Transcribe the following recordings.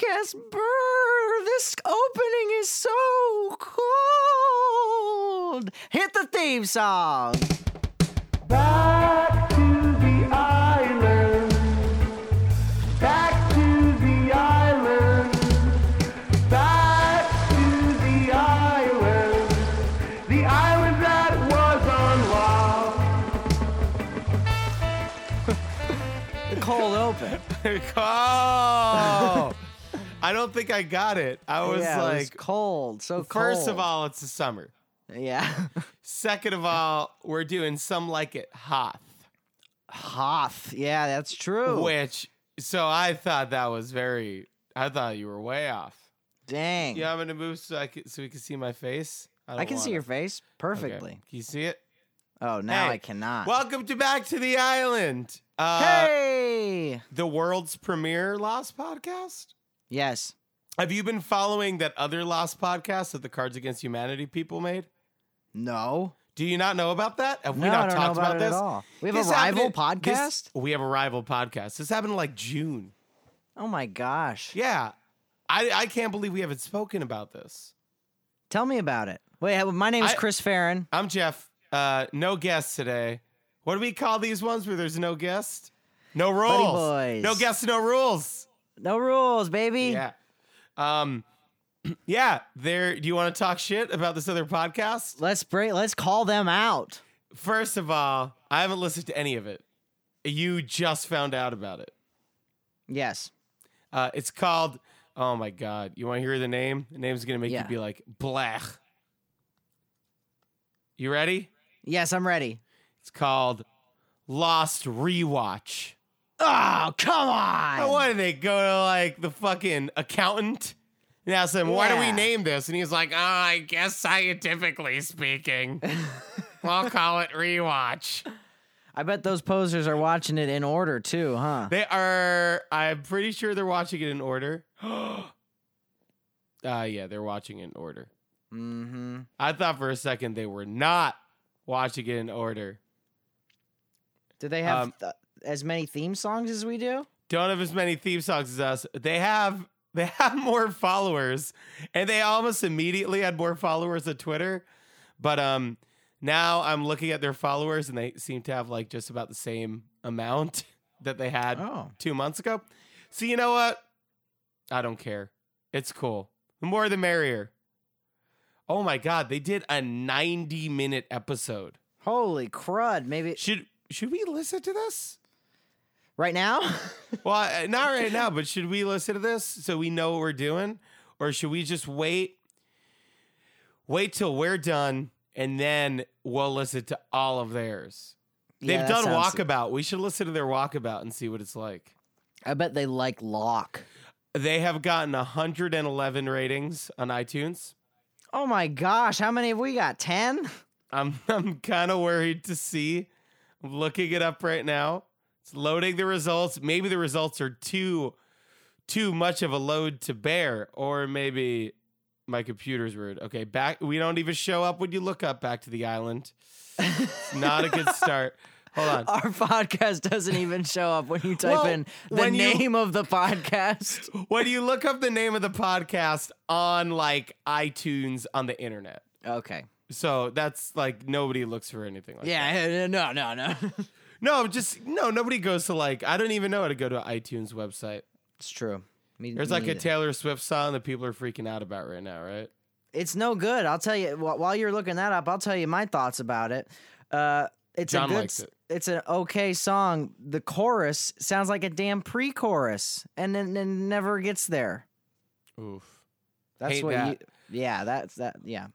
this brr, this opening is so cold. Hit the theme song. Back to the island. Back to the island. Back to the island. The island that was on The cold open. oh, I don't think I got it. I was Oh, yeah, it was like, cold. So first of cold. all, it's the summer. yeah, Second of all, we're doing some like it Hoth, Hoth. Yeah, that's true. which so I thought that was very. I thought you were way off. Dang. Yeah, I'm gonna move so I can so we can see my face. I can see your face face perfectly. Can you see it? Oh, now Hey, I cannot. Welcome to Back to the Island. Uh, hey. the world's premier Lost podcast. Yes. Have you been following that other Lost podcast that the Cards Against Humanity people made? No. Do you not know about that? Have we no, I not don't talked know about, it this? at all. We have This a rival happened in- this- podcast. we have a rival podcast. This happened in like June. oh my gosh. Yeah. I, I can't believe we haven't spoken about this. Tell me about it. Wait, my name's I- Chris Farron. I'm Jeff. Uh, no guests today. What do we call these ones where there's no guest? No rules. boys. No guests, no rules. No rules, baby. Yeah. Um, yeah. There. Do you want to talk shit about this other podcast? Let's break. Let's call them out. First of all, I haven't listened to any of it. You just found out about it. Yes. Uh, it's called. Oh my god! You want to hear the name? The name's gonna make Yeah. you be like blech. You ready? Yes, I'm ready. It's called Lost Rewatch. Oh, come Oh, on. Why did they go to like the fucking accountant and ask him, why do we Yeah. name this? And he's like, oh, I guess scientifically speaking, I'll call it rewatch. I bet those posers are watching it in order too, huh? They are, I'm pretty sure they're watching it in order. uh, yeah, they're watching it in order. Mm-hmm. I thought for a second they were not watching it in order. Do they have Um, th- as many theme songs as we do? Don't have as many theme songs as us. They have they have more followers, and they almost immediately had more followers on Twitter. But um, now I'm looking at their followers, and they seem to have like just about the same amount that they had Oh. two months ago. So you know what? I don't care. It's cool. The more the merrier. Oh my god, they did a 90 minute episode. Holy crud! Maybe Should should we listen to this? right now. Well, I- not right now, but should we listen to this so we know what we're doing? Or should we just wait? Wait till we're done and then we'll listen to all of theirs. Yeah, that They've done sounds- walkabout. We should listen to their walkabout and see what it's like. I bet they like lock. They have gotten 111 ratings on iTunes. Oh my gosh! How many have we got? Ten. I'm I'm kind of worried to see. I'm looking it up right now. It's loading the results. Maybe the results are too too much of a load to bear, or maybe my computer's rude. Okay, back. We don't even show up when you look up. Back to the island. It's not a good start. Hold on. Our podcast doesn't even show up when you type Well, in the when you- name of the podcast. When you look up the name of the podcast on like iTunes on the internet, Okay. so that's like nobody looks for anything like that. Yeah, no, no, no. No, just no. Nobody goes to like. I don't even know how to go to iTunes website. It's true. Me- There's me like a neither. Taylor Swift song that people are freaking out about right now, right? It's no good. I'll tell you. wh- While you're looking that up, I'll tell you my thoughts about it. Uh, it's John a good. likes s- it. It's an okay song. The chorus sounds like a damn pre-chorus, and then then never gets there. Oof. That's Hate what that. you. Yeah, that's that. Yeah,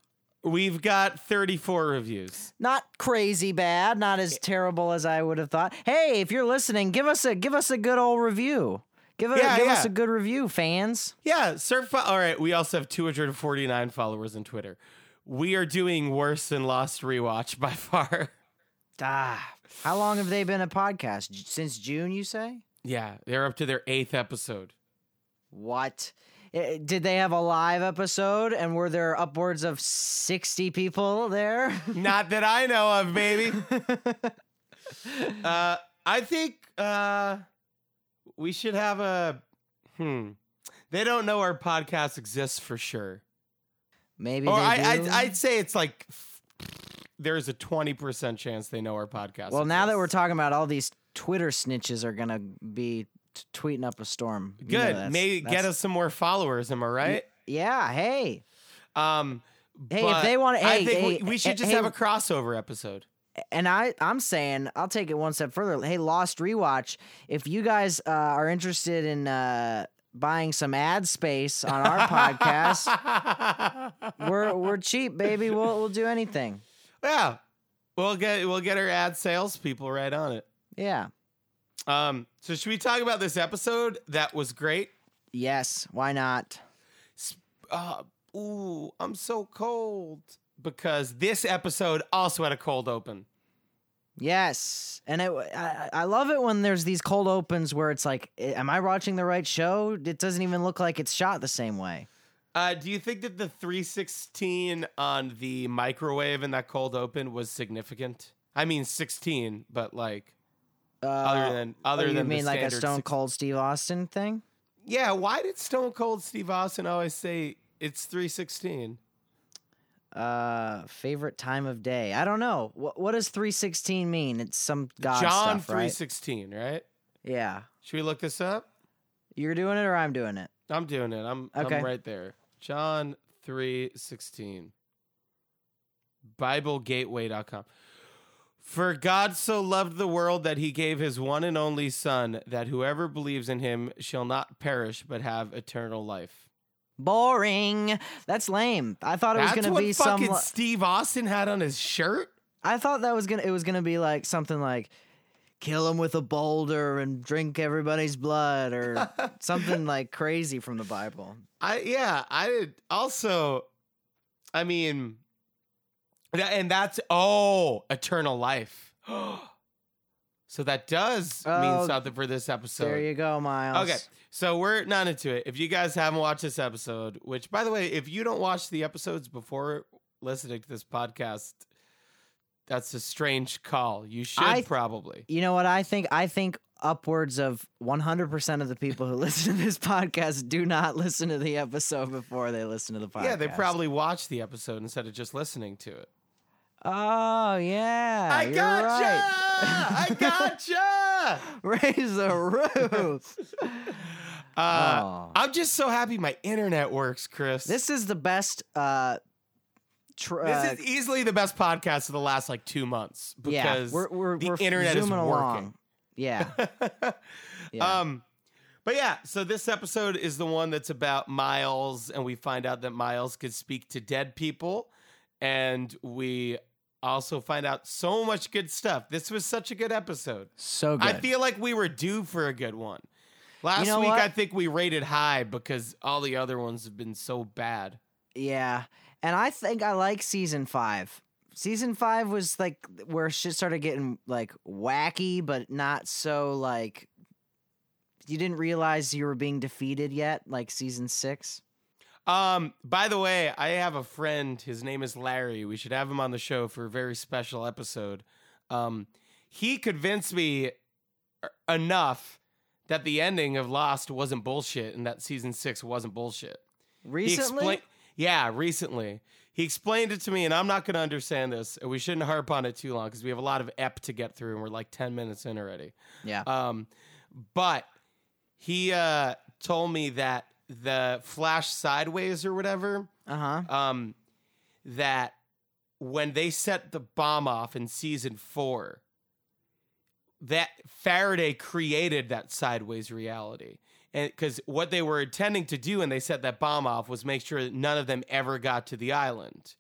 We've got 34 reviews. not crazy bad. Not as terrible as I would have thought. Hey, if you're listening, give us a give us a good old review. Give, a, Yeah, give us yeah. a good review, fans. Yeah, surf. Fo- All right, we also have 249 followers on Twitter. We are doing worse than Lost Rewatch by far. Ah, how long have they been a podcast? J- Since June, you say? yeah, they're up to their eighth episode. What? Eh, Did they have a live episode and were there upwards of 60 people there? Not that I know of, baby. uh, I think uh, we should have a. Hmm. They don't know our podcast exists for sure. Maybe Or they Oh, I, do. I, I'd say it's like there's a 20% chance they know our podcast. well, now that we're exists. talking about all these Twitter snitches are gonna be t- tweeting up a storm. You know good, that's- maybe that's- get us some more followers. Am I right? Yeah. Hey. Um, Hey, but if they want to, I hey, think hey, eh, we, we should just hey, have a crossover episode. and I, I'm saying, I'll take it one step further. Hey, Lost Rewatch, if you guys uh, are interested in uh, buying some ad space on our podcast, we're we're cheap, baby. We'll we'll do anything. yeah, we'll get we'll get our ad salespeople right on it. Yeah. Um, so should we talk about this episode that was great? Yes. Why not? Uh, ooh, I'm so cold because this episode also had a cold open. Yes, and it, I I love it when there's these cold opens where it's like, "Eh, am I watching the right show? It doesn't even look like it's shot the same way. Uh, do you think that the 316 on the microwave in that cold open was significant? I mean, 16, but like Uh, other than other oh, you than the mean like a standard Stone 16 Cold Steve Austin thing? Yeah, why did Stone Cold Steve Austin always say it's 316? Uh, favorite time of day? I don't know. What what does three sixteen mean? It's some god John stuff, right? 316, right? Yeah, Should we look this up? you're doing it or I'm doing it. I'm doing it. I'm Okay. I'm right there. John 316. BibleGateway.com. For God so loved the world that he gave his one and only son that whoever believes in him shall not perish but have eternal life. Boring. That's lame. I thought it was That's gonna what be some. fucking li- Steve Austin had on his shirt. I thought that was gonna it was gonna be like something like kill him with a boulder and drink everybody's blood or something like crazy from the Bible. I yeah, I did also I mean tha- and that's oh, eternal life. so that does Oh, mean something for this episode. there you go, Miles. Okay, so we're not into it. If you guys haven't watched this episode, which by the way, if you don't watch the episodes before listening to this podcast, that's a strange call. You should I- probably. You know what I think? I think upwards of 100% of the people who listen to this podcast do not listen to the episode before they listen to the podcast. Yeah, they probably watched the episode instead of just listening to it. Oh, yeah. I you're gotcha! right. I gotcha! Raise the roof. Uh, Oh. I'm just so happy my internet works, Chris. This is the best uh tr- This uh, is e easily the best podcast of the last like two months yeah, because we're, we're, the we're internet is zooming working. along. Yeah. yeah. Um, but yeah, so this episode is the one that's about Miles, and we find out that Miles could speak to dead people, and we also find out so much good stuff. This was such a good episode. so good. I feel like we were due for a good one. Last know week, what? I think we rated high because all the other ones have been so bad. yeah. And I think I like season five. Season five was like where shit started getting like wacky, but not so like you didn't realize you were being defeated yet, like season six. Um, by the way, I have a friend. His name is Larry. We should have him on the show for a very special episode. Um, he convinced me er- enough that the ending of Lost wasn't bullshit and that season six wasn't bullshit. He Recently, explain- yeah, recently. He explained it to me, and I'm not going to understand this. and We shouldn't harp on it too long because we have a lot of ep to get through, and we're like 10 minutes in already. yeah, Um, but he uh, told me that the flash sideways or whatever, uh huh, um, that when they set the bomb off in season four, that Faraday created that sideways reality. And because what they were intending to do when they set that bomb off was make sure that none of them ever got to the island.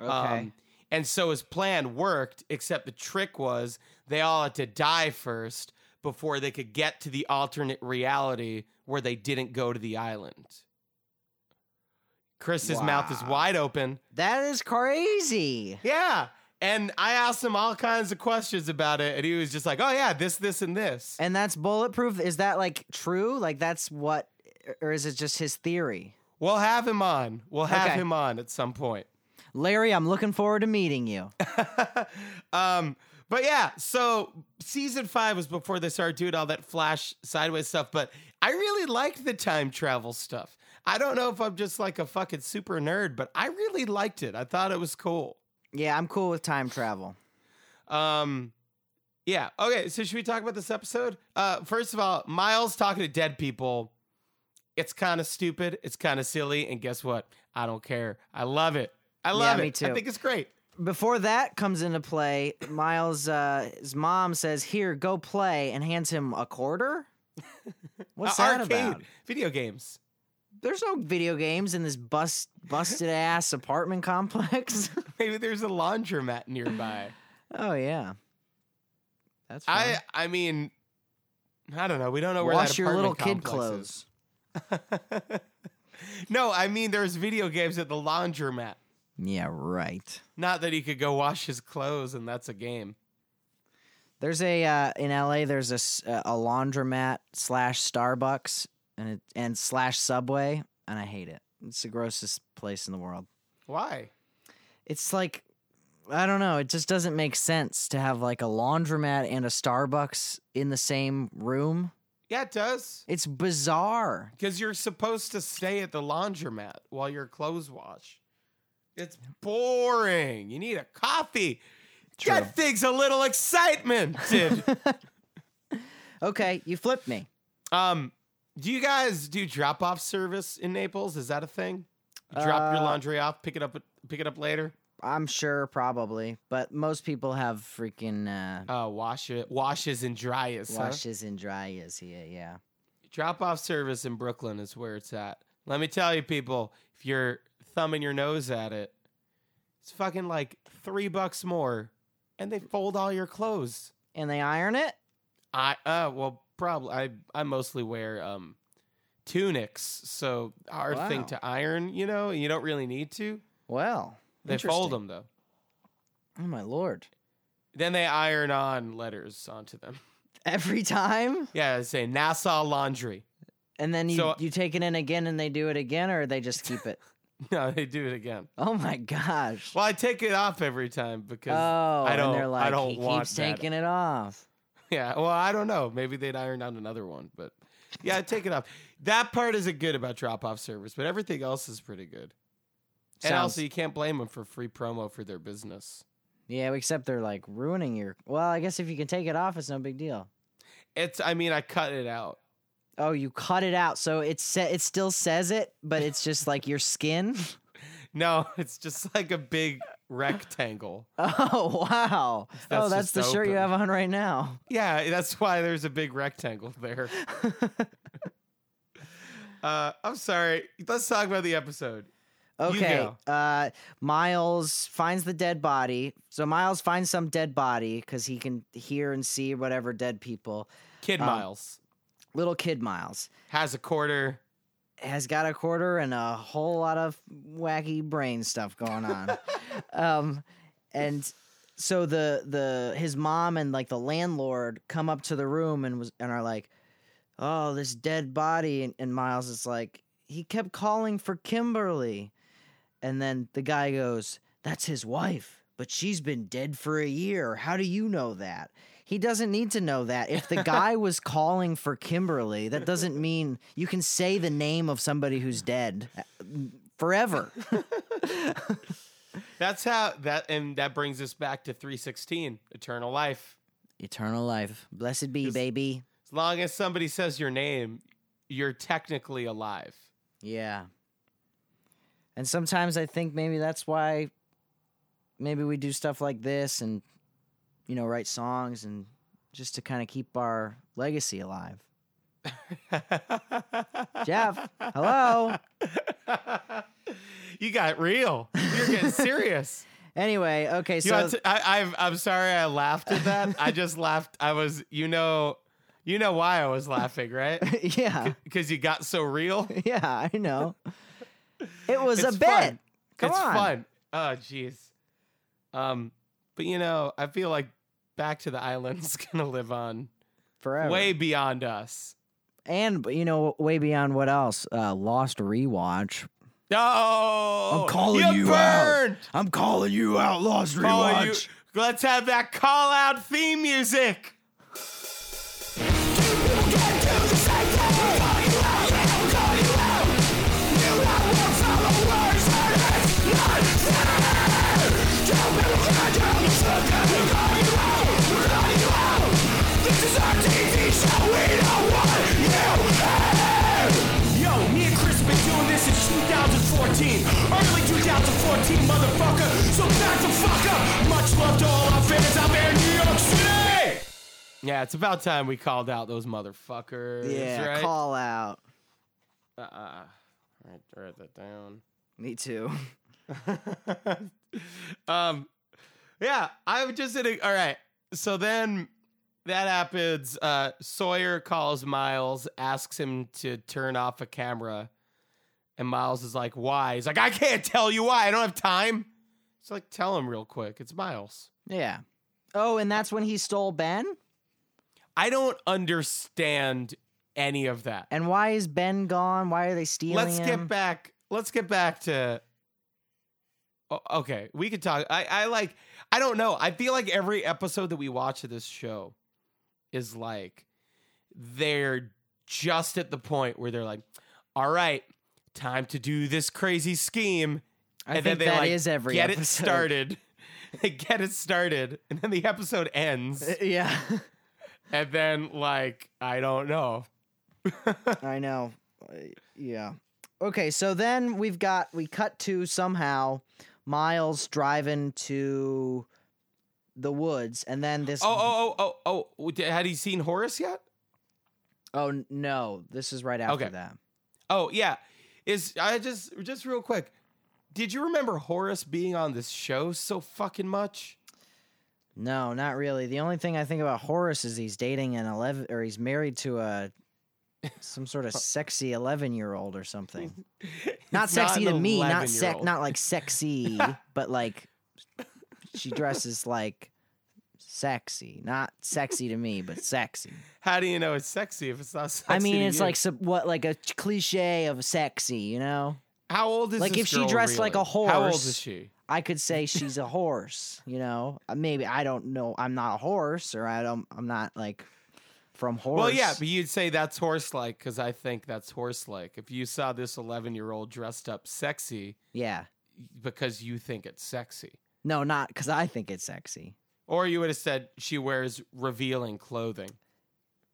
okay, Um, and so his plan worked, except the trick was they all had to die first before they could get to the alternate reality where they didn't go to the island. Chris's mouth is Wow. wide open. that is crazy. Yeah. And I asked him all kinds of questions about it, and he was just like, oh, yeah, this, this, and this. And that's bulletproof. Is that like true? Like that's what, or is it just his theory? We'll have him on. We'll have Okay. him on at some point. Larry, I'm looking forward to meeting you. um, but yeah, so season five was before they started doing all that flash sideways stuff. But I really liked the time travel stuff. I don't know if I'm just like a fucking super nerd, but I really liked it. I thought it was cool. Yeah, I'm cool with time travel. Um, yeah. Okay. So should we talk about this episode? Uh, first of all, Miles talking to dead people. It's kind of stupid. It's kind of silly. And guess what? I don't care. I love it. I love me it. I too. think it's great. Before that comes into play, Miles' uh, his mom says, "Here, go play," and hands him a quarter. What's Uh, that about? video games. There's no video games in this bust busted ass apartment complex. Maybe there's a laundromat nearby. oh yeah, that's I fine. I mean, I don't know. We don't know where wash that your little apartment kid complex clothes. is. no, I mean there's video games at the laundromat. Yeah, right. Not that he could go wash his clothes and that's a game. There's a uh, in LA. There's a s- uh, a laundromat slash Starbucks and it, and slash Subway, and I hate it. It's the grossest place in the world. Why? It's like I don't know. It just doesn't make sense to have like a laundromat and a Starbucks in the same room. Yeah, it does. It's bizarre. Because you're supposed to stay at the laundromat while your clothes wash. It's boring. You need a coffee. True. Get things a little excitement, dude. Okay, you flipped me. um, do you guys do drop off service in Naples? Is that a thing? You drop your Uh, laundry off, pick it up, pick it up later. I'm sure probably, but most people have freaking uh, Uh, wash it, washes and dries. huh? washes and dryers here. Yeah. Drop off service in Brooklyn is where it's at. Let me tell you, people, if you're thumbing your nose at it, it's fucking like three bucks more, and they fold all your clothes. And they iron it. I uh well probably I I mostly wear um tunics, so hard thing Wow. to iron. You know, you don't really need to. Well, They interesting. fold them though. Oh my lord. Then they iron on letters onto them. every time Yeah, say Nassau Laundry. and then you, So- uh you take it in again and they do it again or they just keep it No, they do it again. oh my gosh Well, I take it off every time because oh I don't. and they're like I don't he want keeps that. taking it off Yeah, well, I don't know. Maybe they'd iron out another one, but yeah, I'd take it off. That part isn't good about drop off service, but everything else is pretty good. And Sounds- also, you can't blame them for free promo for their business. yeah except they're like ruining your well i guess if you can take it off it's no big deal It's, I mean, I cut it out. oh you cut it out so it sa- it still says it but it's just like your skin No, it's just like a big rectangle. oh wow oh That's that's just the shirt you open. have on right now Yeah, that's why there's a big rectangle there. Uh, I'm sorry. Let's talk about the episode. Okay. go. Uh, Miles finds the dead body. So Miles finds some dead body because he can hear and see whatever dead people. Kid Um, Miles Little kid Miles has a quarter. has got a quarter and a whole lot of wacky brain stuff going on. um, and so the the his mom and like the landlord come up to the room and was and are like, "Oh, this dead body." And, and Miles is like, "He kept calling for Kimberly." And then the guy goes, "That's his wife, but she's been dead for a year. How do you know that?" He doesn't need to know that. If the guy was calling for Kimberly, that doesn't mean you can say the name of somebody who's dead uh, forever. That's how that, and that brings us back to 316, Eternal Life. Eternal life. Blessed be, Just- baby. As long as somebody says your name, you're technically alive. Yeah. And sometimes I think maybe that's why maybe we do stuff like this and you know, write songs and just to kind of keep our legacy alive. Jeff, hello. You got real. You're getting serious. Anyway, okay, You so had to- I, I've, I'm sorry I laughed at that. I just laughed. I was, you know, you know why I was laughing, right? yeah. Because you got so real. Yeah, I know. It was a It's bit. fun. Come it's on. fun. Oh, jeez. Um, but you know, I feel like Back to the Island's gonna live on Forever. way beyond us. and but you know, way beyond what else? Uh Lost Rewatch. No, I'm calling you out. burned. I'm calling you out, Lost Calling you- Let's have that call out theme music. You can do the same thing. Yo, me and Chris been doing this since 2014. Early 2014, motherfucker. So back the fuck up. Much love to all our fans out there in New York City. Yeah, it's about time we called out those motherfuckers. Yeah, right? call out. Uh, uh, write, write that down. Me too. um, yeah, I'm just in. A, all right, so then that happens. Uh, Sawyer calls Miles, asks him to turn off a camera, and Miles is like, "Why?" He's like, "I can't tell you why. I don't have time." It's like, tell him real quick. It's Miles. Yeah. Oh, and that's when he stole Ben? I don't understand any of that. And why is Ben gone? Why are they stealing Let's him? get back. Let's get back to. O- okay, we could talk. I, I like. I don't know. I feel like every episode that we watch of this show is like they're just at the point where they're like, "All right, time to do this crazy scheme," I think that is every get it episode. started. They get it started, and then the episode ends, Yeah. and then like I don't know. I know. Uh, Yeah. Okay, so then we've got we cut to somehow Miles driving to the woods and then this Oh, oh, oh, oh, oh! d- Had he seen Horace yet? Oh, n- no, this is right after Okay. that. Oh yeah, is I just just real quick. Did you remember Horace being on this show so fucking much? No, not really. The only thing I think about Horace is he's dating an 11 or he's married to a some sort of sexy 11-year-old or something. Not It's sexy an to me, not sec 11-year-old. not like sexy, but like she dresses like sexy. Not sexy to me, but sexy. How do you know it's sexy if it's not sexy? I mean, to it's you? like sub- what like a cliche of sexy, you know? how old is like, this if she girl dressed like a really? How old horse- is she? I could say she's a horse, you know. Uh, Maybe I don't know. I'm not a horse, or I don't. I'm not like from horse. Well, yeah, but you'd say that's horse-like because I think that's horse-like. If you saw this eleven-year-old dressed up sexy yeah. because you think it's sexy, No, not because I think it's sexy. or you would have said she wears revealing clothing.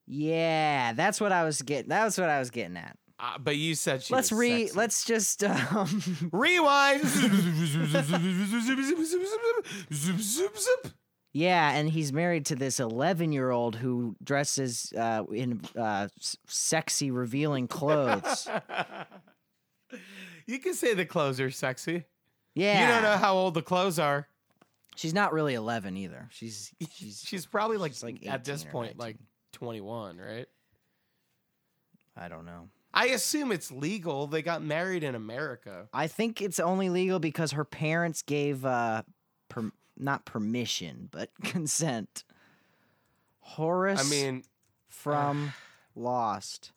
Yeah, that's what I was getting. That's what I was getting at. Uh, but you said she. let's was re. sexy. Let's just. Um, Rewind. Zoop, zoop, zoop. yeah, and he's married to this 11 year old who dresses uh, in uh, s- sexy, revealing clothes. You can say the clothes are sexy. Yeah, You don't know how old the clothes are. she's not really 11 either. She's she's. She's probably like, She's like at this 18 or 19. point like 21, right? I don't know. I assume it's legal. They got married in America. I think it's only legal because her parents gave uh per- not permission, but consent. Horace I mean, from Lost.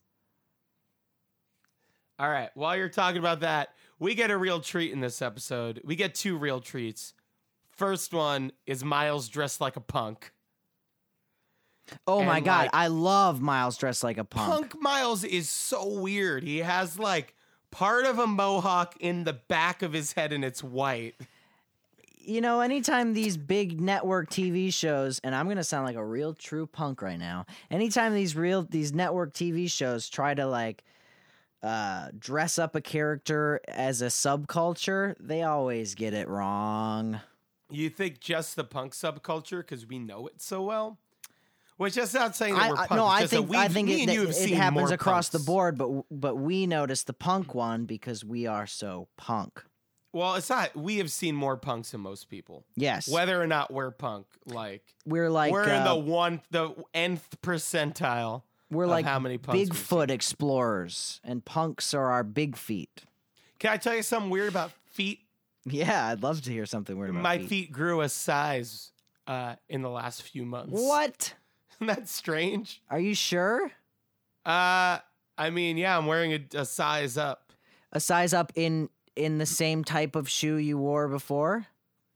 all right. While you're talking about that, we get a real treat in this episode. We get two real treats. First one is Miles dressed like a punk. Oh my And, god, like- I love Miles dressed like a punk. Punk Miles is so weird. He has like part of a mohawk in the back of his head and it's white. You know, anytime these big network TV shows, and I'm gonna sound like a real true punk right now. Anytime these real these network TV shows try to like uh dress up a character as a subculture, they always get it wrong. You think just the punk subculture because we know it so well? Which that's not saying that I- we're I- punk. no, it's I just that think we- I think me it, and you that have it seen happens more across the punks. board, but but we notice the punk one because we are so punk. Well, it's not. We have seen more punks than most people, Yes, whether or not we're punk. Like, we're like we're in uh, the one, the nth percentile. we're of like how many punks we've Bigfoot explorers, and punks are our big feet. Can I tell you something weird about feet? Yeah, I'd love to hear something weird about My feet. feet grew a size uh, in the last few months. What? Isn't that strange? Are you sure? Uh, I mean, yeah, I'm wearing a, a size up. A size up in in the same type of shoe you wore before?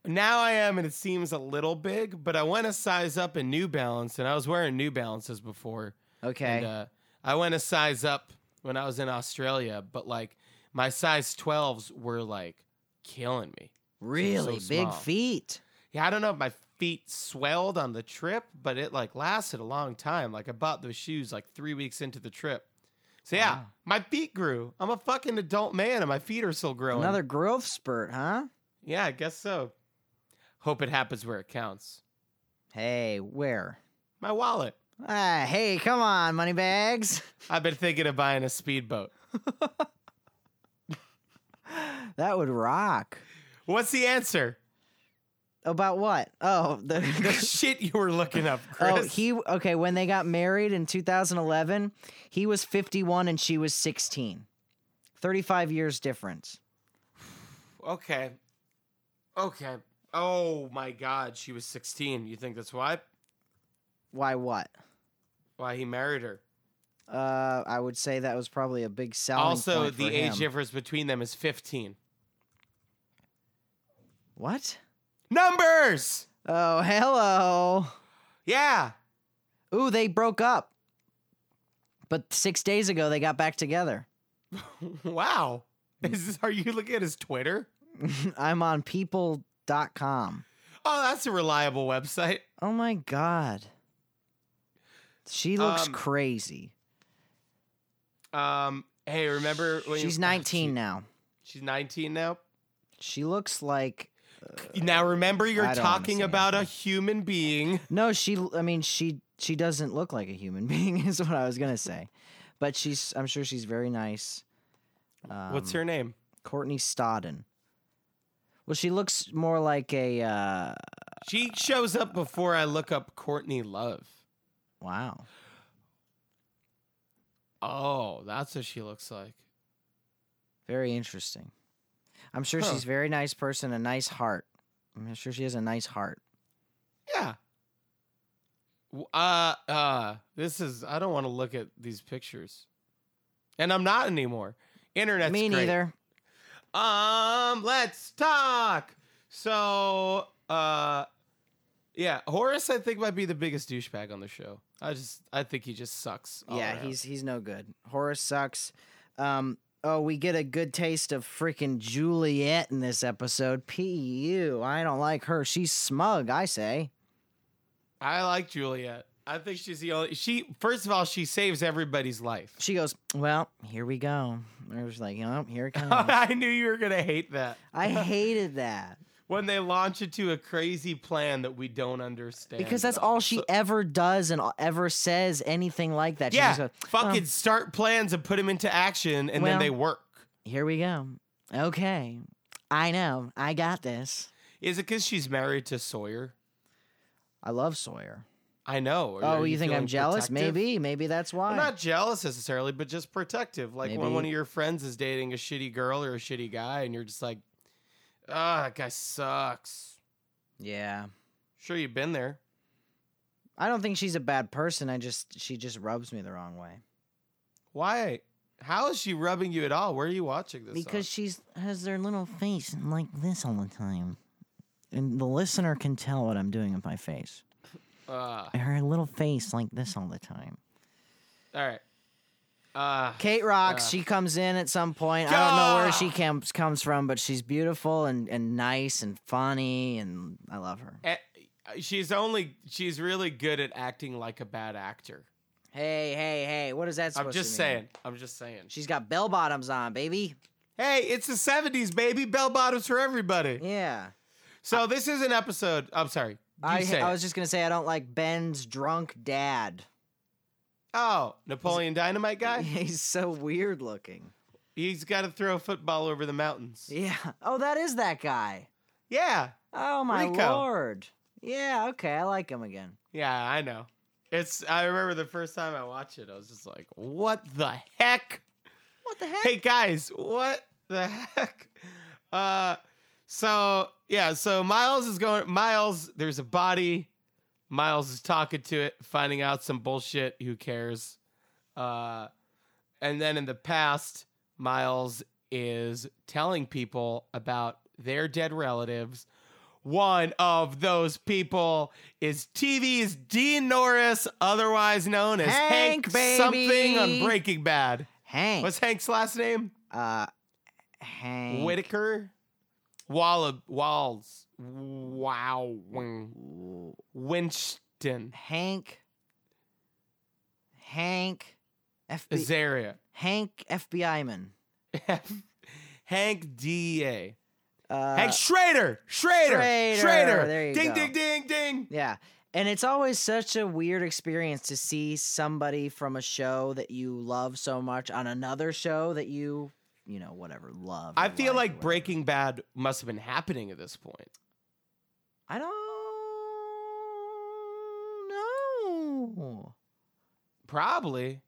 Now I am, and it seems a little big, but I went a size up in New Balance, and I was wearing New Balances before. Okay. And, uh, I went a size up when I was in Australia, but like my size 12s were like killing me. really so big small. feet. yeah, I don't know if my feet swelled on the trip, but it like lasted a long time. Like I bought those shoes like three weeks into the trip. So yeah, my feet grew. I'm a fucking adult man, and my feet are still growing. Another growth spurt, huh? yeah, I guess so. Hope it happens where it counts. Hey, where? My wallet. Ah, hey, come on, money bags. I've been thinking of buying a speedboat. That would rock. What's the answer? About what? Oh, the, The shit you were looking up, Chris. oh, he okay. When they got married in 2011, he was 51 and she was 16. 35 years difference. Okay. Okay. Oh my god, she was 16. You think that's why? Why? What? Why he married her. Uh, I would say that was probably a big selling also, point for the age him. difference between them is 15. What? Numbers! Oh, hello. Yeah. Ooh, they broke up. But six days ago, they got back together. Wow. Is this, are you looking at his Twitter? I'm on people.com. Oh, that's a reliable website. Oh my God. She looks Um, crazy. Um, hey, remember when you- She's oh, 19 she- now. She's 19 now. She looks like. now remember you're I don't wanna talking say about a human being. No, she. I mean, she. She doesn't look like a human being, is what I was gonna say, but she's. I'm sure she's very nice. Um, What's her name? Courtney Stodden. Well, she looks more like a. Uh, She shows up before I look up Courtney Love. wow. Oh, that's what she looks like. Very interesting. I'm sure Huh. she's a very nice person, a nice heart. I'm sure she has a nice heart. Yeah. W- Uh, uh, this is, I don't want to look at these pictures. And I'm not anymore. Internet's Me great. neither. Um, let's talk. So, uh, yeah, Horace, I think, might be the biggest douchebag on the show. I just, I think he just sucks. all yeah, around. he's he's no good. Horace sucks. Um, oh, we get a good taste of freaking Juliet in this episode. Pu, I don't like her. She's smug. I say. I like Juliet. I think she's the only, she, first of all, she saves everybody's life. She goes, well, here we go. I was like, oh, here it comes. I knew you were going to hate that. I hated that when they launch into a crazy plan that we don't understand. because that's at all. all she ever does and ever says anything like that. She yeah, just goes, fucking "Oh, start plans and put them into action, and Well- then they work. here we go. Okay, I know. I got this. Is it because she's married to Sawyer? I love Sawyer. I know. Are- Oh, are you, think I'm feeling jealous? protective? Maybe. Maybe that's why. I'm not jealous necessarily, but just protective. Like when Maybe. one of your friends is dating a shitty girl or a shitty guy, and you're just like, ah, that guy sucks. yeah. Sure, you've been there. I don't think she's a bad person. I just she just rubs me the wrong way Why? How is she rubbing you at all? Where are you watching this? because she's has their little face like this all the time, and the listener can tell what I'm doing with my face. on? Ah, Her little face like this all the time. all right. Uh, Kate rocks. Uh. she comes in at some point. I don't know where she Gah! comes comes from, but she's beautiful and and nice and funny, and I love her. a- Eh, she's only she's really good at acting like a bad actor. Hey, hey, hey! What is that supposed I'm to just mean? saying. I'm just saying. She's got bell bottoms on, baby. Hey, it's the 70s, baby. Bell bottoms for everybody. Yeah. So this is an episode. I'm sorry. You I say I it. was just gonna say I don't like Ben's drunk dad. oh, Napoleon Dynamite guy. He's so weird looking. He's got to throw a football over the mountains. Yeah. Oh, that is that guy. Yeah, Oh my Rico. lord. Yeah. Okay, I like him again. yeah, I know. It's. I remember the first time I watched it, I was just like, "What the heck?" What the heck? hey guys, what the heck? Uh so yeah, so Miles is going Miles, there's a body. Miles is talking to it, finding out some bullshit, who cares? Uh and then in the past, Miles is telling people about their dead relatives. One of those people is TV's Dean Norris, otherwise known as Hank, Hank, baby. something on Breaking Bad. Hank. What's Hank's last name? uh, Hank. Whitaker. Walla Walls. Wow. Winston. Hank. Hank. FBI. Azaria. Hank FBI man. Hank DA. Uh, Hank Schrader. Schrader. Schrader, Schrader. there you ding, go. ding, ding, ding. Yeah. And it's always such a weird experience to see somebody from a show that you love so much on another show that you, you know, whatever, love. I or feel or like whatever. Breaking Bad must have been happening at this point. I don't know. Probably.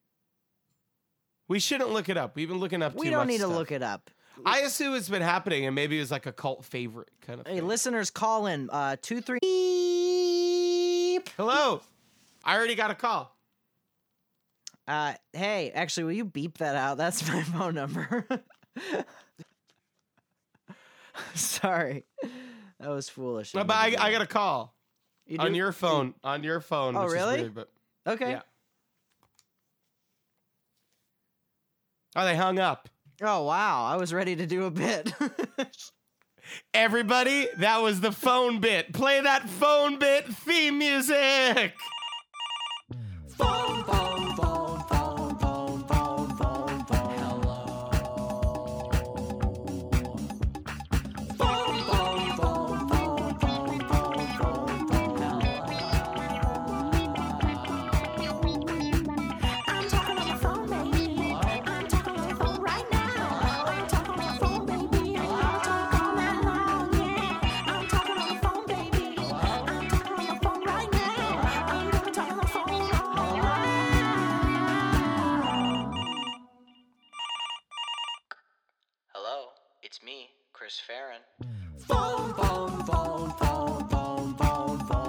We shouldn't look it up. We've been looking up. We too don't much need stuff. to look it up. I assume it's been happening, and maybe it was like a cult favorite kind of. Hey, thing. listeners, call in uh, two three. Beep. Hello, I already got a call. Uh, hey, actually, will you beep that out? That's my phone number. Sorry, that was foolish. No, but I, I got a call You on do? your phone. On your phone. Oh, which is really? weird, but okay. yeah. Oh, they hung up. Oh wow, I was ready to do a bit. Everybody, that was the phone bit. Play that phone bit theme music. I'm talking on the phone, baby. I'm talking on the phone right now. I'm talking on the phone, baby. I'll talk all night long, yeah. I'm talking on the phone, baby. I'm talking on the phone right now. I'm gonna talk on the phone all night. Hello, it's me, Chris Farron. Phone, phone, phone, phone, phone, phone, phone, phone.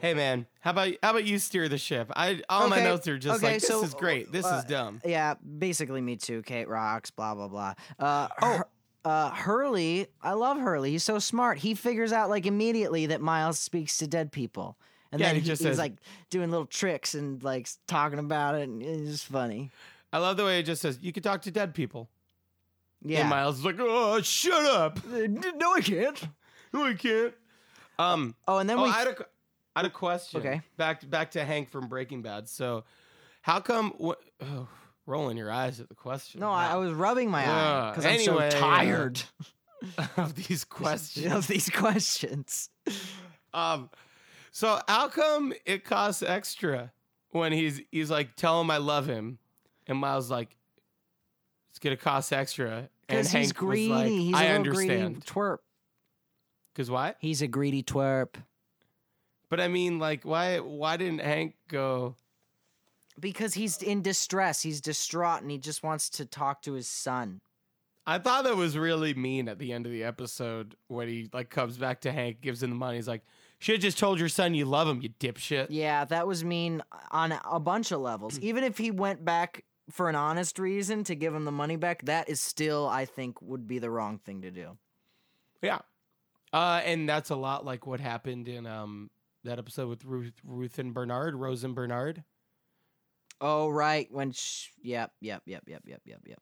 Hey man, how about how about you steer the ship? I all my Okay, notes are just okay, like this so, is great. This uh, is dumb. Yeah, basically me too. Kate rocks. Blah blah blah. Uh, Oh. Hur- uh, Hurley. I love Hurley. He's so smart. He figures out like immediately that Miles speaks to dead people, and Yeah, then he he- just he's says- like doing little tricks and like s- talking about it. And it's just funny. I love the way it just says you can talk to dead people. Yeah. And Miles is like, "Oh, shut up. Uh, d- no, I can't. No, I can't." Um, Oh, and then oh, we. I, had a, qu- I had a question. Okay. Back back to Hank from Breaking Bad. So, how come wh- oh, rolling your eyes at the question? no, I, I was rubbing my eye Ugh, because I'm anyway, uh, so tired I of these questions. of these questions. Um, so how come it costs extra when he's he's like, tell him I love him, and Miles like, it's gonna cost extra, and Because Hank he's greedy. was like, he's I a little greedy understand, twerp. because why? He's a greedy twerp. But I mean, like, why why didn't Hank go? Because he's in distress. He's distraught and he just wants to talk to his son. I thought that was really mean at the end of the episode when he like comes back to Hank, gives him the money. He's like, should have just told your son you love him, you dipshit. Yeah, that was mean on a bunch of levels. Hmm. Even if he went back for an honest reason to give him the money back, that is still, I think, would be the wrong thing to do. Yeah. Uh, and that's a lot like what happened in um that episode with Ruth Ruth and Bernard, Rose and Bernard. Oh, right. When, sh- yep, yep, yep, yep, yep, yep, yep.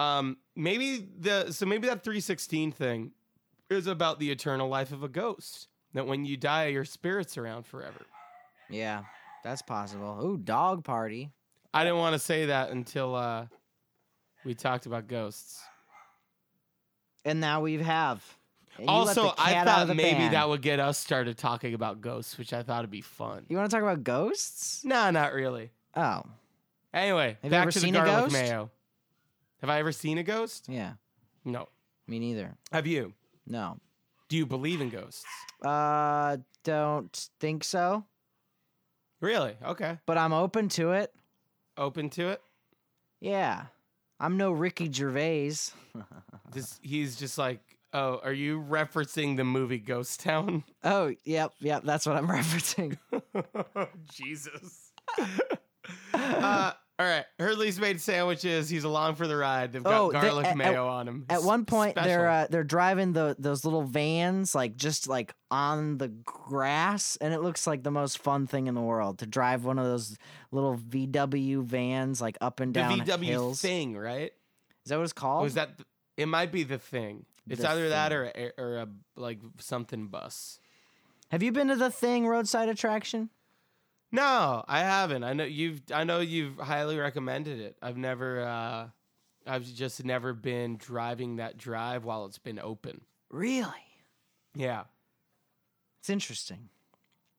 Um, maybe the so maybe that 316 thing is about the eternal life of a ghost. That when you die, your spirit's around forever. Yeah, that's possible. Ooh, dog party. I didn't want to say that until uh, we talked about ghosts. And now we have. And you let also, the I cat out of thought the maybe bag. that would get us started talking about ghosts, which I thought would be fun. You want to talk about ghosts? No, not really. Oh, Anyway, you back ever to seen the a ghost? garlic mayo. Have I ever seen a ghost? yeah. Mm. No. Me neither. Have you? No. Do you believe in ghosts? Uh, don't think so. Really? Okay. but I'm open to it. Open to it? Yeah. I'm no Ricky Gervais. This, he's just like, oh, are you referencing the movie Ghost Town? Oh, yep, yep, that's what I'm referencing. Jesus. uh, all right. Hurley's made sandwiches. He's along for the ride. They've got Oh, they- garlic at- at- mayo on him. At S- one point they're special. uh, they're driving the those little vans like just like on the grass and it looks like the most fun thing in the world to drive one of those little VW vans like up and uh, down the VW hills. thing, right? Is that what it's called? Was that? th- it might be the thing. It's The either that or a, or a like something bus. Have you been to the thing roadside attraction? No, I haven't. I know you've. I know you've highly recommended it. I've never. uh I've just never been driving that drive while it's been open. Really? Yeah, It's interesting.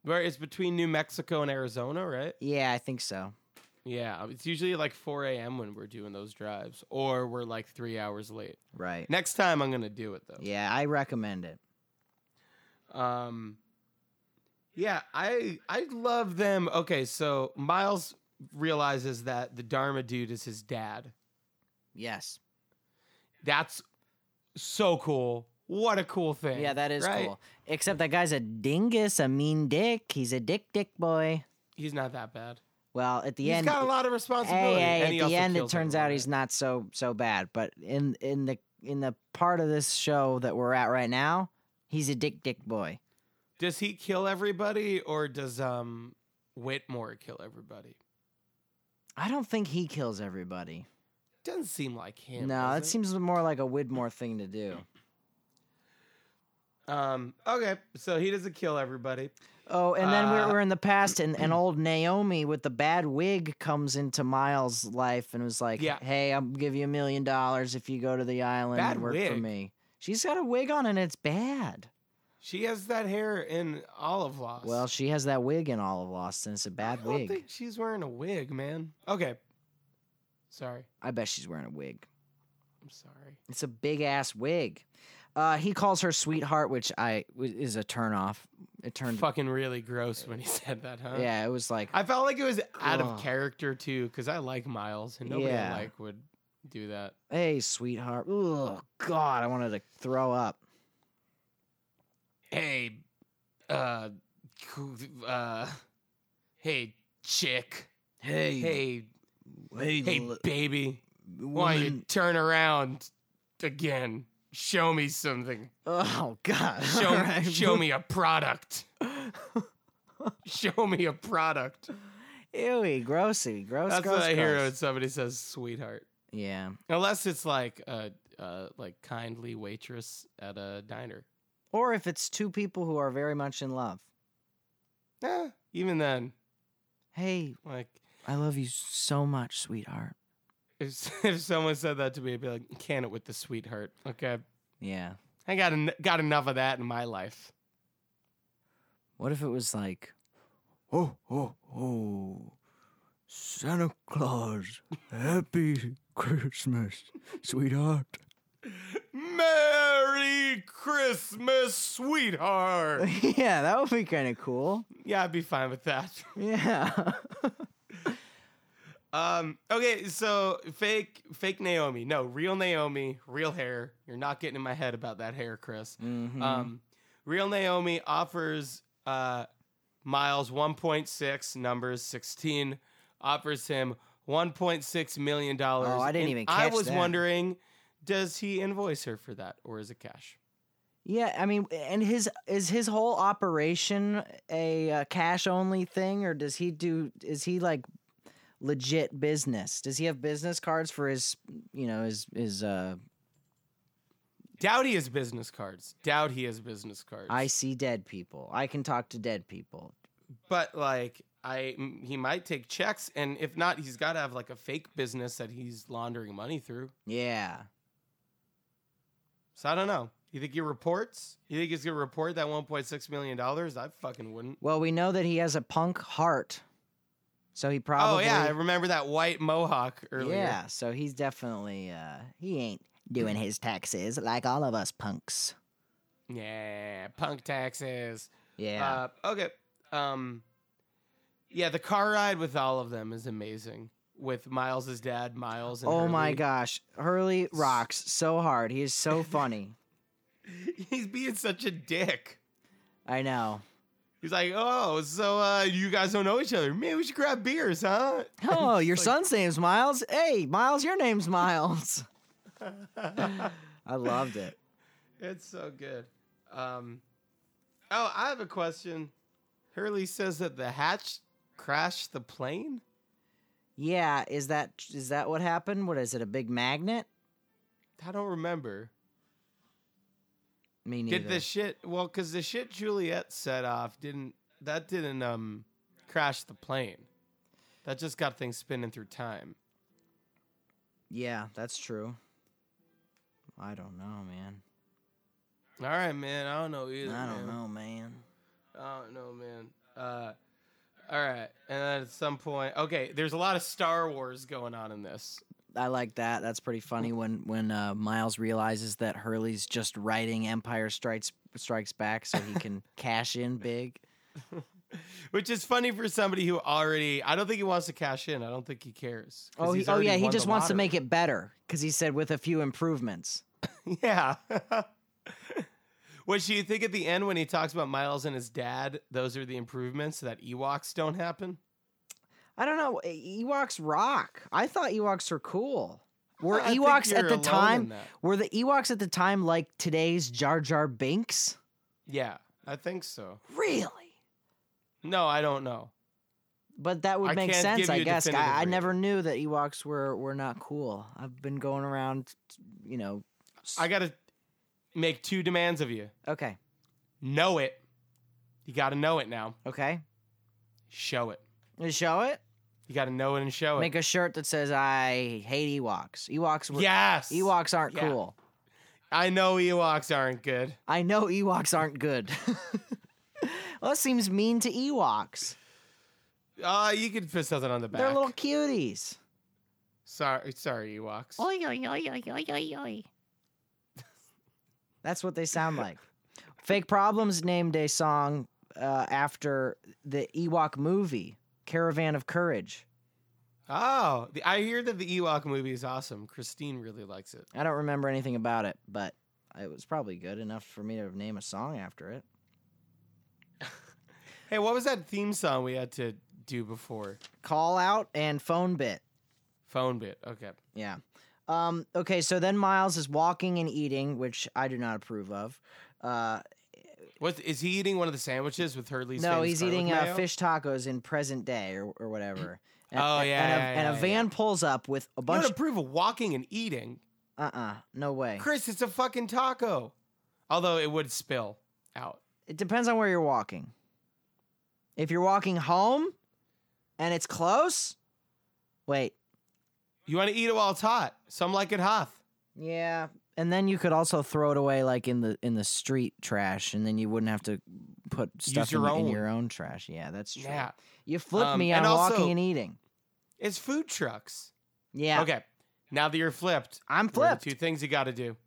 where it's between New Mexico and Arizona, right? Yeah, I think so. Yeah, it's usually like 4 a.m. when we're doing those drives, or we're like three hours late. Right. Next time, I'm gonna do it though. Yeah, I recommend it. Um, yeah, I I love them. Okay, so Miles realizes that the Dharma dude is his dad. Yes. That's so cool. What a cool thing. Yeah, that is right? cool. Except that guy's a dingus, a mean dick. He's a dick dick boy. He's not that bad. Well, at the He's end, got a lot of responsibility. Hey, and hey, at the end, it turns out he's not so so bad. But in in the in the part of this show that we're at right now, he's a dick dick boy. Does he kill everybody, or does um Whitmore kill everybody? I don't think he kills everybody. Doesn't seem like him. no, does that it? seems more like a Widmore thing to do. Um. Okay, so he doesn't kill everybody. Oh, and then we're, Uh, we're in the past, and, and old Naomi with the bad wig comes into Miles' life and was like, Yeah. "Hey, I'll give you a million dollars if you go to the island Bad and work for wig. me." She's got a wig on, and it's bad. She has that hair in Olive Lost. Well, she has that wig in all of Lost, and it's a I bad don't wig. think she's wearing a wig, man. Okay. Sorry. I bet she's wearing a wig. I'm sorry. It's a big ass wig. Uh, he calls her sweetheart, which I w- is a turnoff. It turned. Fucking really gross when he said that, huh? Yeah, it was like I felt like it was out Ugh. of character too, because I like Miles, and nobody Yeah. I like would do that. Hey, sweetheart. Oh, God. I wanted to throw up. Hey, uh, coo- uh, hey, chick. Hey, Hey, hey, hey, l- baby. Why you woman. turn around again? Show me something. Oh, God. Show, All right. show me a product. show me a product. Ewy, grossy, gross, That's gross, what I hear when gross. somebody says "sweetheart," Yeah. unless it's like a, a like kindly waitress at a diner. Or if it's two people who are very much in love. Eh, even then, Hey, like I love you so much, sweetheart. if if someone said that to me, I'd be like, "Can it with the sweetheart." Okay, Yeah. I got en- got enough of that in my life. What if it was like, oh, oh, oh, Santa Claus, happy Christmas, sweetheart. Merry Christmas, sweetheart. yeah, that would be kind of cool. yeah, I'd be fine with that. Yeah. Um. Okay. So fake, fake Naomi. No, real Naomi. Real hair. You're not getting in my head about that hair, Chris. Mm-hmm. Um. Real Naomi offers uh, Miles 1.6 numbers 16. Offers him 1.6 million dollars. Oh, I didn't even catch I was that. wondering, does he invoice her for that, or is it cash? yeah, I mean, and his is his whole operation a uh, cash only thing, or does he do? Is he like legit business? Does he have business cards for his, you know, his his uh, Doubt he has business cards. Doubt he has business cards. I see dead people. I can talk to dead people. but like I m- he might take checks and if not he's got to have like a fake business that he's laundering money through. Yeah. So I don't know. You think he reports? You think he's going to report that 1.6 million dollars? I fucking wouldn't. Well, we know that he has a punk heart, so he probably. Oh yeah, I remember that white mohawk earlier. Yeah, so he's definitely uh, he ain't doing his taxes like all of us punks. Yeah, punk taxes. Yeah, Uh, okay. Um Yeah, the car ride with all of them is amazing. With Miles's dad, Miles and oh my Hurley. gosh, Hurley rocks so hard. He is so funny. He's being such a dick. I know. He's like, oh, so uh, you guys don't know each other. Man, we should grab beers, huh? Oh, your son's name's Miles. Hey, Miles, your name's Miles. I loved it. It's so good. Um, oh, I have a question. Hurley says that the hatch crashed the plane. Yeah, is that is that what happened? What is it? A big magnet? I don't remember. Me neither. Did the shit? Well, because the shit Juliet set off didn't that didn't um crash the plane. That just got things spinning through time. yeah, that's true. I don't know, man. All right, man. I don't know either. I man. don't know, man. I don't know, man. Uh, all right. And then at some point, okay, there's a lot of Star Wars going on in this. I like that. That's pretty funny when when uh, Miles realizes that Hurley's just writing Empire Strikes Strikes Back so he can cash in big. Which is funny for somebody who already, I don't think he wants to cash in. I don't think he cares. 'cause Oh, he, he's oh already yeah, he won just the wants to lottery. make it better because he said with a few improvements. Yeah. Which do you think at the end when he talks about Miles and his dad, those are the improvements so that Ewoks don't happen? I don't know. E, Ewoks rock. I thought Ewoks were cool. Were I think Ewoks you're at the alone in time? that. Were the Ewoks at the time like today's Jar Jar Binks? Yeah, I think so. Really? No, I don't know. But that would I make can't sense, give I you a guess. definitive I, I reason. never knew that Ewoks were were not cool. I've been going around, you know. s- I got to make two demands of you okay, know it. You got to know it now, okay. show it. You show it. You got to know it and show Make it. a shirt that says "I hate Ewoks." Ewoks were yes. Ewoks aren't Yeah. cool. I know Ewoks aren't good. I know Ewoks aren't good. well, that seems mean to Ewoks. Uh, you could put something on the back. They're little cuties. Sorry, sorry, Ewoks. Oi, oi, oi, oi, oi, oi, oi. That's what they sound like. Fake Problems named a song uh, after the Ewok movie, Caravan of Courage. Oh, the, I hear that the Ewok movie is awesome. Christine really likes it. I don't remember anything about it, but it was probably good enough for me to name a song after it. Hey, what was that theme song we had to do before? Call Out and Phone Bit. Phone bit. Okay. Yeah. Um, okay, so then Miles is walking and eating, which I do not approve of. Uh, What is he eating? One of the sandwiches with Hurley's? no, famous he's garlic eating uh, mayo? fish tacos in present day or, or whatever. And, Oh, and- yeah, And a, yeah, and a yeah, van pulls up with a You bunch don't of. approve of walking and eating, Uh uh No way. Chris? It's a fucking taco. Although it would spill out. It depends on where you're walking. If you're walking home and it's close, wait. You want to eat it while it's hot. Some like it hot. Yeah. And then you could also throw it away like in the in the street trash and then you wouldn't have to put stuff your in, in own. your own trash. Yeah, that's true. Yeah. You flip Um, me on and also- walking and eating. It's food trucks. Yeah. Okay. Now that you're flipped, I'm what are the flipped. two things you got to do.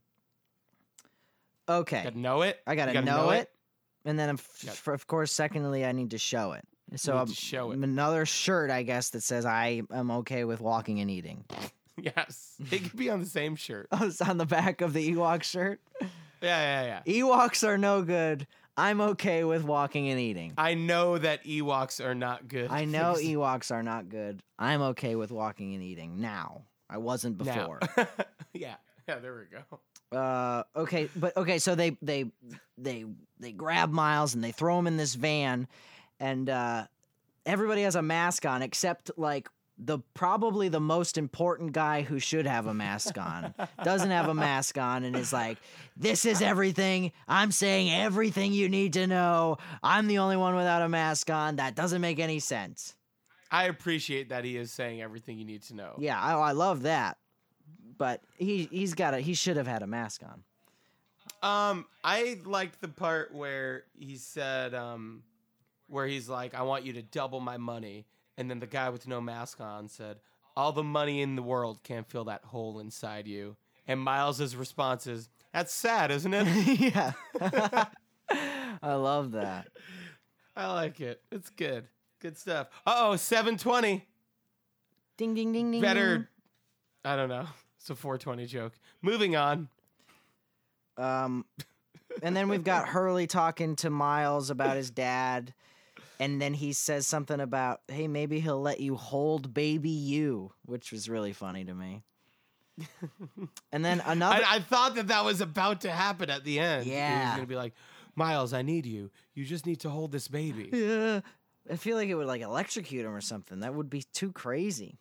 Okay. Got to know it. I gotta You know it. And then, of, Got- f- of course, secondly, I need to show it. So need um, to show it. another shirt, I guess, that says I am okay with walking and eating. Yes. It could be on the same shirt. Oh, it's on the back of the Ewok shirt. Yeah, yeah, yeah. Ewoks are no good. I'm okay with walking and eating. I know that Ewoks are not good. I know E- things. Ewoks are not good. I'm okay with walking and eating now. I wasn't Now. before. yeah. Yeah, there we go. uh, okay, but okay, so they they they they grab Miles and they throw him in this van, and uh, everybody has a mask on except like the probably the most important guy who should have a mask on doesn't have a mask on and is like this is everything i'm saying everything you need to know i'm the only one without a mask on that doesn't make any sense I appreciate that he is saying everything you need to know. Yeah, I, I love that. But he he's got a he should have had a mask on. Um, I liked the part where he said, um, where he's like, I want you to double my money. And then the guy with no mask on said, All the money in the world can't fill that hole inside you. And Miles's response is, That's sad, isn't it? yeah. I love that. I like it. It's good. Good stuff. Uh oh, 720. Ding ding ding ding. ding. Better. I don't know. It's a 420 joke. Moving on. Um and then we've got Hurley talking to Miles about his dad and then he says something about, "Hey, maybe he'll let you hold baby you," which was really funny to me. and then another I, I thought that that was about to happen at the end. He was Yeah. going to be like, Miles, I need you. You just need to hold this baby. Yeah. I feel like it would like electrocute him or something. That would be too crazy.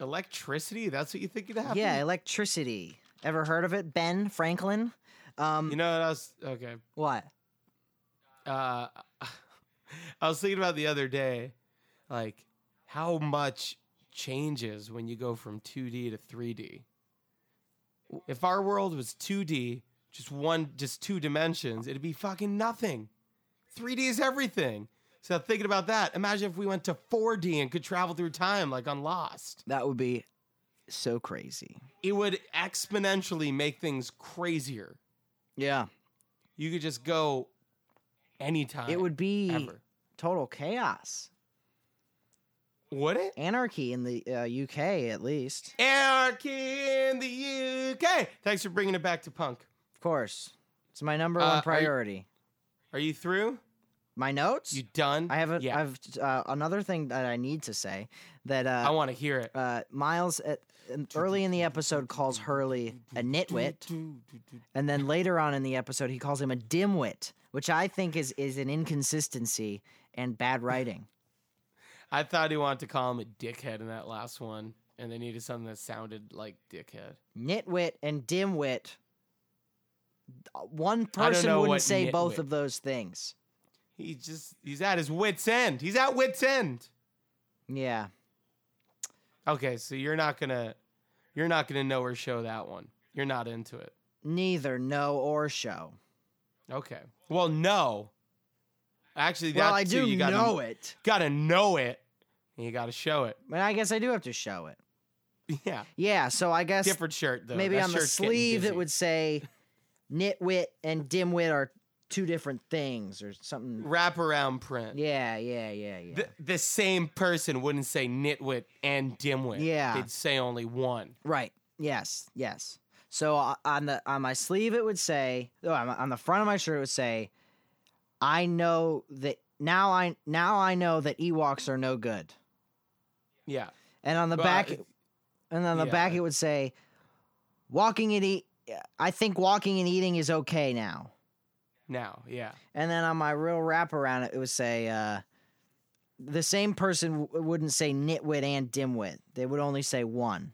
Electricity? That's what you think would happen? Yeah, electricity. Ever heard of it? Ben Franklin. Um, You know what I was okay. what? Uh, I was thinking about the other day, like how much changes when you go from 2D to 3D. If our world was 2D, just one, just two dimensions, it'd be fucking nothing. 3D is everything. So thinking about that, imagine if we went to 4D and could travel through time, like on Lost. That would be so crazy. It would exponentially make things crazier. Yeah, You could just go anytime. it would be Uh, ever. total chaos, Would it? anarchy in the uh, UK at least. Anarchy in the UK. Thanks for bringing it back to punk. Of course, it's my number Uh, are one you- priority. Are you through? my notes. You done? I have a, Yeah. I've uh, another thing that I need to say that uh, I want to hear it. uh, Miles at, in- early in the episode calls Hurley a nitwit, and then later on in the episode he calls him a dimwit, which I think is is an inconsistency and bad writing. I thought he wanted to call him a dickhead in that last one, and they needed something that sounded like dickhead. nitwit and dimwit. uh, One don't person know wouldn't what say both nitwit- of those things. He just he's at his wits end. He's at wits end. Yeah, Okay, so you're not gonna you're not gonna know or show that one. You're not into it. neither know or show. Okay. Well, no. Actually, that well, I too, do you gotta, know it, Gotta know it. And you gotta show it. but I guess I do have to show it. Yeah. Yeah, so I guess Different shirt though. maybe That on the shirt's getting sleeve it busy. would say nitwit and dimwit are two different things or something wraparound print. yeah yeah yeah yeah The, the same person wouldn't say nitwit and dimwit. Yeah. They'd say only one. right yes yes so o- on the on my sleeve it would say oh, on on the front of my shirt it would say i know that now i now i know that ewoks are no good Yeah. and on the Well, back it- and on the back yeah. it would say walking and eat i think walking and eating is okay now Now, yeah. And then on my real wraparound, it would say uh, the same person w- wouldn't say nitwit and dimwit. They would only say one.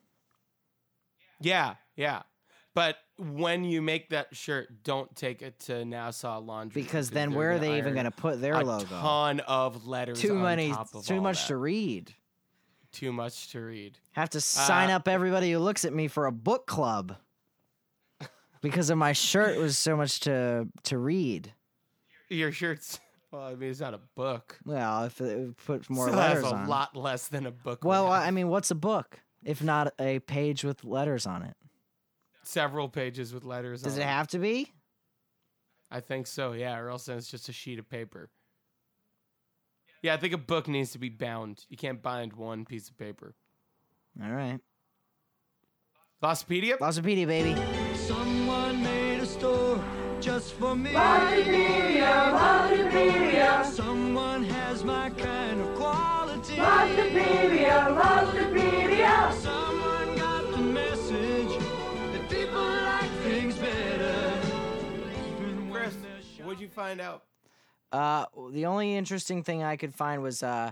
Yeah, yeah. But when you make that shirt, don't take it to Nassau Laundry. Because then they're where are gonna they even iron going to put their a logo? ton of letters. Too on many, top of too all much that. to Uh, read. Too much to read. Have to sign up everybody who looks at me for a book club because of my shirt it was so much to to read. Your shirts. Well, I mean, it's not a book. Well, if it put more so letters that's a on. lot less than a book. would well, have. I mean, what's a book if not a page with letters on it? several pages with letters. Does on it have to be? I think so, yeah, or else then it's just a sheet of paper. Yeah, I think a book needs to be bound. You can't bind one piece of paper. All right. Lostpedia? Lostopedia, baby. Someone made a store just for me. Someone has my kind of quality. Someone got the message that people like things better. Even when Chris, they're shy. what'd you find out? Uh, the only interesting thing I could find was uh,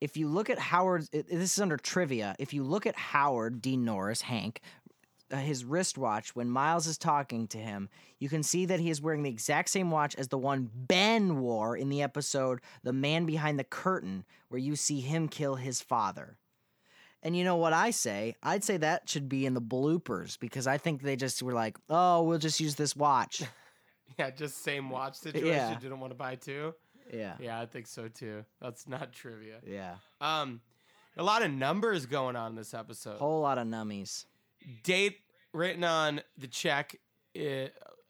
if you look at Howard's. i this is under trivia. If you look at Howard D. Norris, Hank, uh, his wristwatch when Miles is talking to him, you can see that he is wearing the exact same watch as the one Ben wore in the episode "The Man Behind the Curtain," where you see him kill his father. And you know what I say? I'd say that should be in the bloopers because I think they just were like, "Oh, we'll just use this watch." Yeah, just same watch situation. Yeah. Didn't want to buy two. Yeah. Yeah, I think so too. That's not trivia. Yeah. Um, a lot of numbers going on in this episode. Whole lot of nummies. Date written on the check, eh,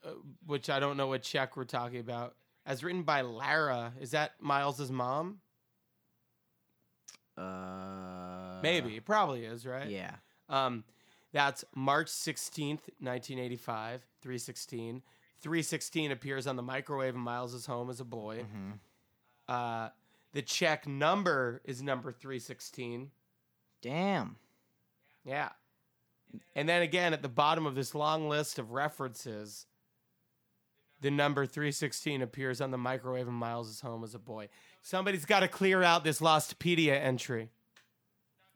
uh, which I don't know what check we're talking about, as written by Lara. Is that Miles's mom? Uh, Maybe. It probably is, right? Yeah. Um, that's March 16th, 1985, 316. 316 appears on the microwave in Miles's home as a Mm-hmm. boy. Uh, the check number is number 316. Damn. Yeah. And then again, at the bottom of this long list of references, the number 316 appears on the microwave in Miles's home as a boy. Somebody's got to clear out this Lostpedia entry.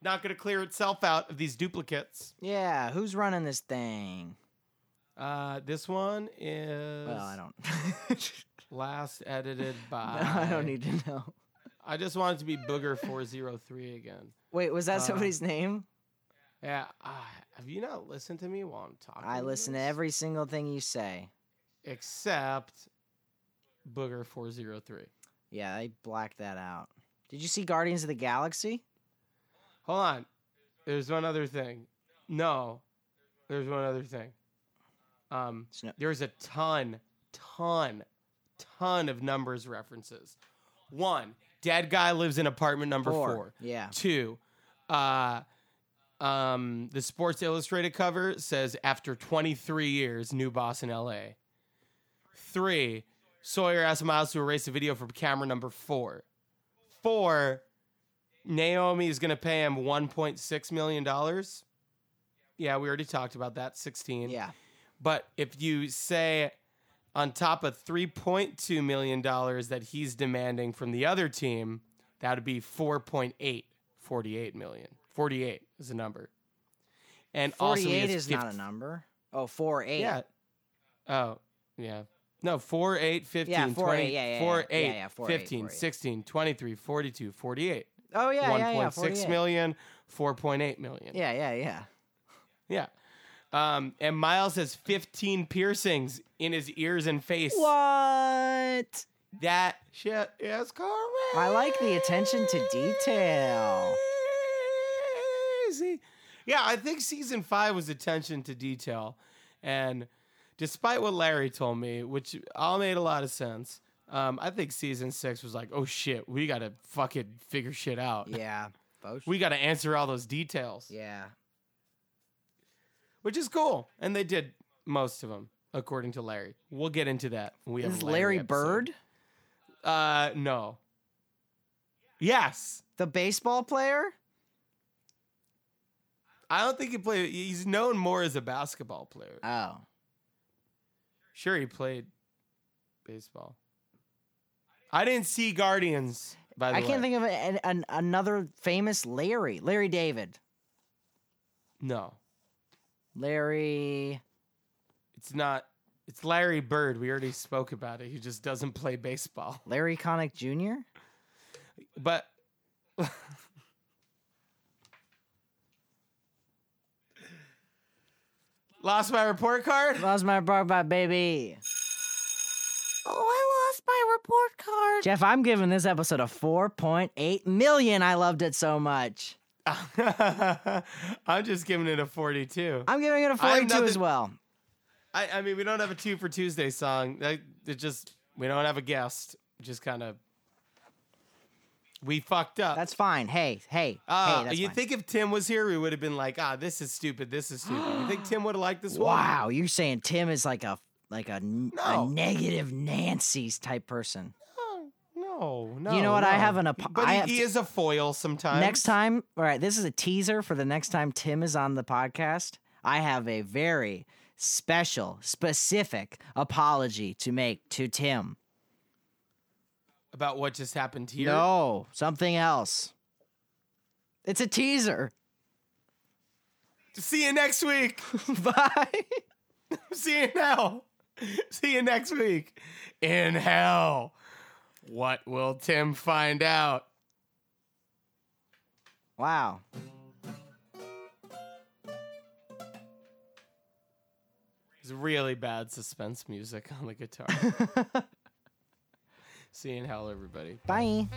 Not going to clear itself out of these duplicates. Yeah. Who's running this thing? Uh, this one is Well, I don't. last edited No, I by. don't need to know. I just want it to be Booger four zero three again. Wait, was that Uh, somebody's name? Yeah. Uh, have you not listened to me while I'm talking? I listen to this? every single thing you say. except Booger four zero three. Yeah, I blacked that out. Did you see Guardians of the Galaxy? Hold on. There's one other thing. No, there's one other thing. Um, Sno- there's a ton, ton, ton of numbers references. One, dead guy lives in apartment number four. Yeah. Two, uh, um, the Sports Illustrated cover says after 23 years, new boss in LA. Three, Sawyer asked Miles to erase the video from camera number four. Four, Naomi is going to pay him 1.6 million dollars. Yeah, we already talked about that. 16. Yeah. But if you say on top of $3.2 million that he's demanding from the other team, that would be 4.8, 48 million. 48 is the number. And also, he 48 has is 50 not a number. Oh, 4 8. Yeah. Oh, yeah. No, 4, 8, 15, Yeah, 4, 20, eight, yeah, yeah, yeah. 4, Yeah, 8, yeah, 4, 8, 15, 4, 8. 16, 23, 42, 48. Oh, yeah. yeah, yeah, 1.6 48. million, 4.8 million. Yeah, yeah, yeah. Yeah. Um, and Miles has 15 piercings in his ears and face. What? That shit is crazy. I like the attention to detail. Yeah, I think season five was attention to detail. And despite what Larry told me, which all made a lot of sense, um, I think season six was like, oh shit, we got to fucking figure shit out. Yeah. Both- We got to answer all those details, yeah. which is cool. And they did most of them, according to Larry. We'll get into that. when We have Is a Larry episode. Bird Uh, no. Yes. the baseball player? I don't think he played. He's known more as a basketball player. Oh. Sure, he played baseball. I didn't see Guardians. By the I way, can't think of an, an, another famous Larry. Larry David. No, Larry. it's not. It's Larry Bird. We already spoke about it. He just doesn't play baseball. Larry Connick Jr. But lost my report card. Lost my bar by baby. Oh, I lost my report card. Jeff, I'm giving this episode a 4.8 million. I loved it so much. I'm just giving it a 42. I'm giving it a I have 42 as nothing- well. I, I mean, we don't have a two for Tuesday song. That it just we don't have a guest. Just kind of we fucked up. That's fine. Hey, hey, Uh, hey, that's you fine. think if Tim was here, we would have been like, ah, this is stupid. This is stupid. you think Tim would have liked this Wow, you're saying Tim is like a like a, n- a No. negative Nancy's type person. one? No, no. You know what? I no. have an ap- But I he, have he to- is a foil sometimes. Next time, all right, this is a teaser for the next time Tim is on the podcast. I have a very special, specific apology to make to Tim. about what just happened here. No, something else. It's a teaser. See you next week. Bye. See you in hell. See you next week in hell. What will Tim find out? Wow. It's really bad suspense music on the guitar. See you in hell, everybody. Bye.